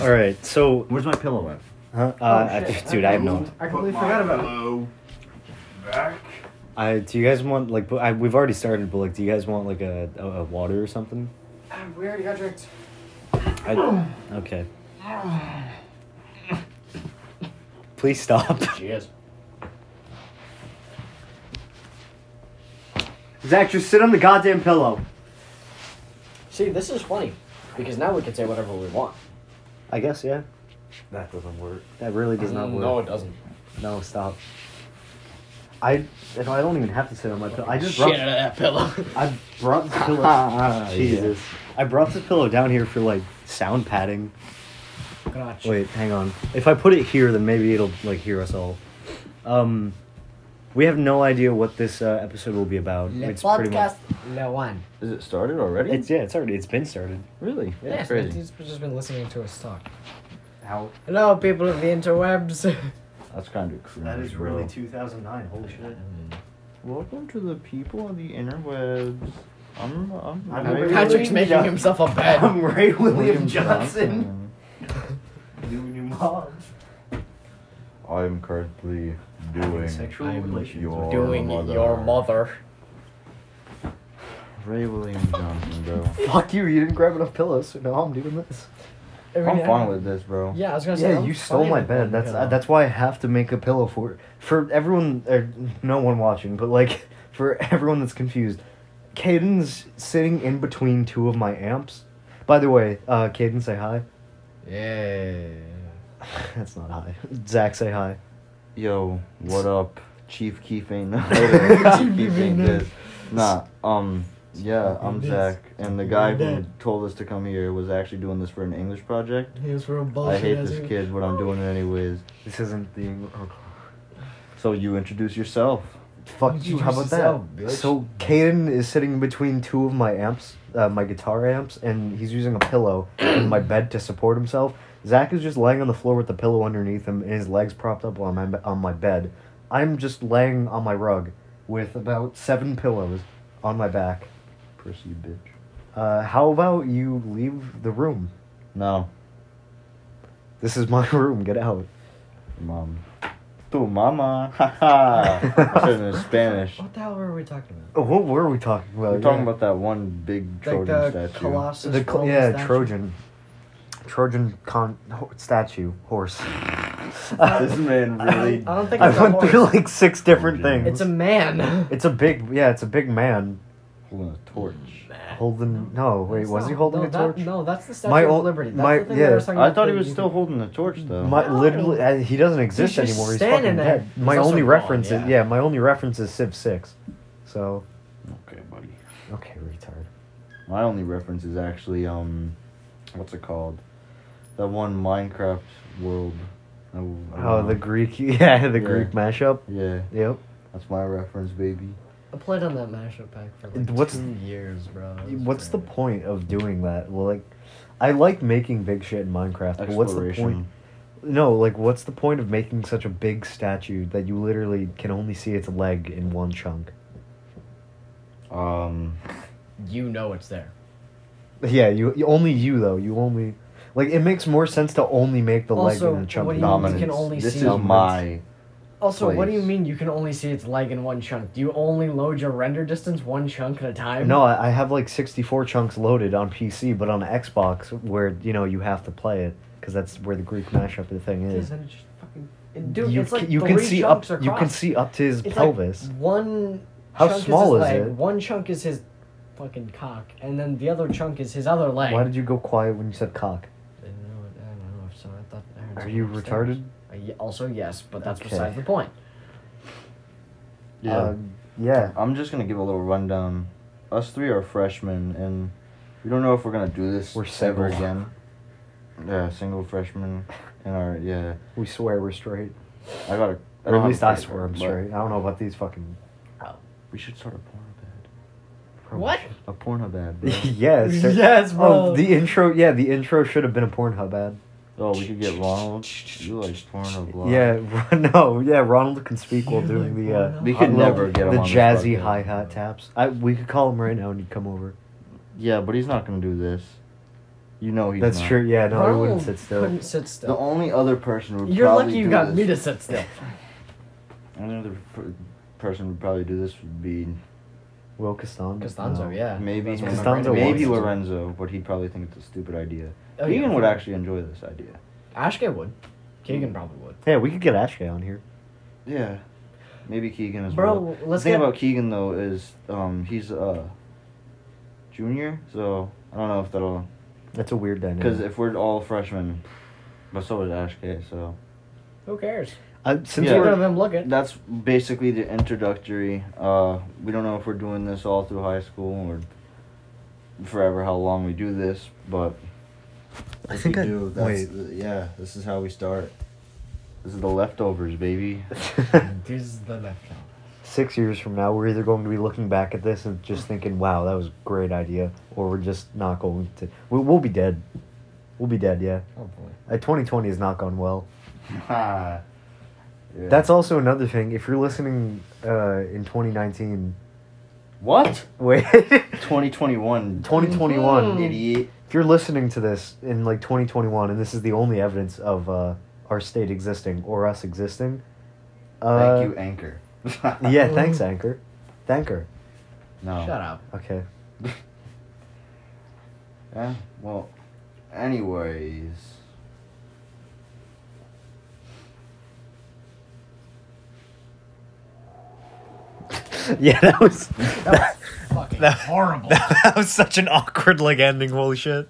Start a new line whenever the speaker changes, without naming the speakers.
All right, so
Where's my pillow at?
uh, I-
shit.
dude, I have no.
I completely forgot about it.
it. Back.
I do you guys want like I, we've already started, but like, do you guys want like a, a, a water or something?
We already got drinks.
I, okay. Please stop.
Cheers.
Zach, just sit on the goddamn pillow.
See, this is funny because now we can say whatever we want.
I guess yeah.
That doesn't work.
That really does
Mm,
not work.
Mm, No, it doesn't.
No, stop.
I you know, I don't even have to sit on my pillow. I just
Shit
brought
out of that pillow.
I brought this pillow.
Ah,
Jesus.
I brought this pillow down here for like sound padding.
Gotcha.
Wait, hang on. If I put it here, then maybe it'll like hear us all. Um, we have no idea what this uh, episode will be about. it's pretty much.
Le One.
Is it started already?
It's yeah. It's already. It's been started.
really yeah,
Yes,
crazy.
he's just been listening to us talk.
How
Hello, people of the interwebs.
that's kind of crazy.
2009. Holy shit.
Welcome to the people on the interwebs. I'm, I'm,
I'm
Ray
Ray
Patrick's making
Yeah.
himself a bed.
Ray
William
Doing your mom.
I'm currently doing
Sexual
I'm
relations
your
with-
Doing your mother.
Ray William Johnson, bro.
Fuck you. You didn't grab enough pillows. So now I'm doing this.
I mean,
I'm
I-
fine with this, bro.
Yeah, I was gonna say.
Yeah,
I'm
you stole
fine
my
with
bed.
one
That's uh,
pillow.
that's why I have to make a pillow for for everyone or no one watching, but like for everyone that's confused. Caden's sitting in between two of my amps. By the way, uh Caden say hi.
Yeah.
that's not hi. Zach say hi.
Yo, what up, Chief Keefe? No, Chief Keefe ain't this. Nah, um, yeah, I'm Zach, and the guy who told us to come here was actually doing this for an English project.
He was real bullshit.
I hate
ass
this
dude.
kid, but I'm doing it anyways.
This isn't the Eng- oh,
So you introduce yourself.
Fuck you. How about
Introduce
that?
yourself, bitch.
So Caden is sitting in between two of my amps, uh, my guitar amps, and he's using a pillow in my bed to support himself. Zach is just laying on the floor with the pillow underneath him and his legs propped up on my on my bed. I'm just laying on my rug with about seven pillows on my back.
Pussy bitch.
Uh, how about you leave the room?
No,
This is my room. Get out.
mom. Tu mama. Ha ha. I said it in Spanish.
What the hell were we talking about?
Oh, what were we talking about?
We're talking
Yeah.
about that one big Trojan
Oh, like the
statue.
Colossus.
the cl-
Roman
yeah
statue.
Trojan, Trojan con ho- statue horse.
this man really.
I don't think
I
it's a
went through
horse.
like six different things.
It's a man.
It's a big, yeah, it's a big man
holding a torch.
holding. No, wait,
That's
was he
not-
holding
no,
a
that-
torch?
no, that's the Statue
My
of
old-
Liberty. That's
my-
the thing that I was
yeah.
talking
I
about
thought he
that
was
you
still
can-
holding the torch though.
My
No.
literally, uh, he doesn't exist
just
anymore. He's
standing
fucking
there.
dead.
He's
My
also
only
gone,
reference
yeah.
is yeah. My only reference is Civ Six, so
okay, buddy.
okay, retard.
My only reference is actually um, what's it called? That one Minecraft world. I- I don't
Oh,
know.
the Greek, yeah, the
Yeah.
Greek mashup.
yeah,
Yep.
that's my reference, baby.
I played on that mashup pack for like
What's-
two years, bro. It was
What's the
crazy.
point of doing that? Well, like, I like making big shit in Minecraft, but what's the point? No, like, what's the point of making such a big statue that you literally can only see its leg in one chunk?
Um,
You know it's there.
Yeah, you, you only you though. You only like it makes more sense to only make the
Also,
leg in a chunk.
what do you
not-
mean
dominance.
can only
this
see
is
numbers?
my.
Also, what do you
Please.
mean you can only see its leg in one chunk? Do you only load your render distance one chunk at a time?
No, I, I have like sixty four chunks loaded on PC, but on Xbox, where you know you have to play it because that's where the Greek mashup the thing
Dude,
is.
then just fucking- Dude,
you
it's like
ca- you can
three
see up.
chunks are
You can
crossed.
see up to his
It's like
pelvis.
one.
How
chunk
small
is,
is
his leg,
it?
One chunk is his fucking cock, and then the other chunk is his other leg.
Why did you go quiet when you said cock?
I don't know. I don't know. So I thought. I heard
Are
something
you
upstairs.
retarded?
Uh, ye- also, yes, but that's
Okay.
besides the point.
Yeah.
Um, yeah.
I'm just gonna give a little rundown. Us three are freshmen, and we don't know if we're gonna do this
We're
ever
single.
again. Yeah, single freshman, and our yeah.
We swear we're straight.
I got a.
Or at least I
that's
swear I'm straight. I don't know about these fucking. Uh,
We should start a porno
What?
bed. A porno bed, bro.
yes. sir.
Yes, bro.
Oh, the intro. Yeah, the intro should have been a Pornhub ad.
oh, we could get Ronald. You like porno blog.
Yeah, no, yeah. Ronald can speak while doing the uh,
We could
little-
never get him
the
on this
jazzy
podcast.
hi hat taps. I we could call him right now and he'd come over.
Yeah, but he's not gonna do this. You know he's
That's
not.
true. Yeah, no, he
Ronald
wouldn't sit still.
Couldn't sit
The
still.
only other person would
You're
probably
lucky you
do
got
this.
me to sit still.
Only other per- person would probably do this would be
Will Costanzo.
Costanzo,
No.
Oh, yeah.
maybe
That's what
Costanzo
Lorenzo
maybe
wants.
Lorenzo, but he'd probably think it's a stupid idea.
Oh, yeah.
Keegan would actually enjoy this idea.
Ashke would. Keegan probably would.
Yeah, we could get Ashke on here.
Yeah, maybe Keegan as
Bro,
well.
let's
the thing
get-
about Keegan though is um, he's a junior, so I don't know if that'll
That's a weird dynamic.
because if we're all freshmen, but so is Ash K, so
Who cares?
I, Uh, since
Yeah.
Neither
we're
of them look it.
that's basically the introductory. Uh, we don't know if we're doing this all through high school or forever how long we do this, but
I think I- wait.
the- yeah, this is how we start. This is the leftovers, baby.
This is the left count.
six years from now, we're either going to be looking back at this and just thinking, "Wow, that was a great idea," or we're just not going to. We, we'll be dead. We'll be dead. Yeah,
Oh boy.
uh, twenty twenty has not gone well.
yeah.
That's also another thing. If you're listening uh, in twenty nineteen,
what
wait,
2021.
twenty twenty one.
Idiot.
If you're listening to this in like twenty twenty one, and this is the only evidence of uh, our state existing or us existing, uh,
Thank you, Anchor.
Yeah, thanks, Anchor. Thanker. Oh.
No.
Shut up.
Okay.
Yeah, well, anyways.
yeah, that was
That was fucking horrible.
that was such an awkward like ending. Holy shit.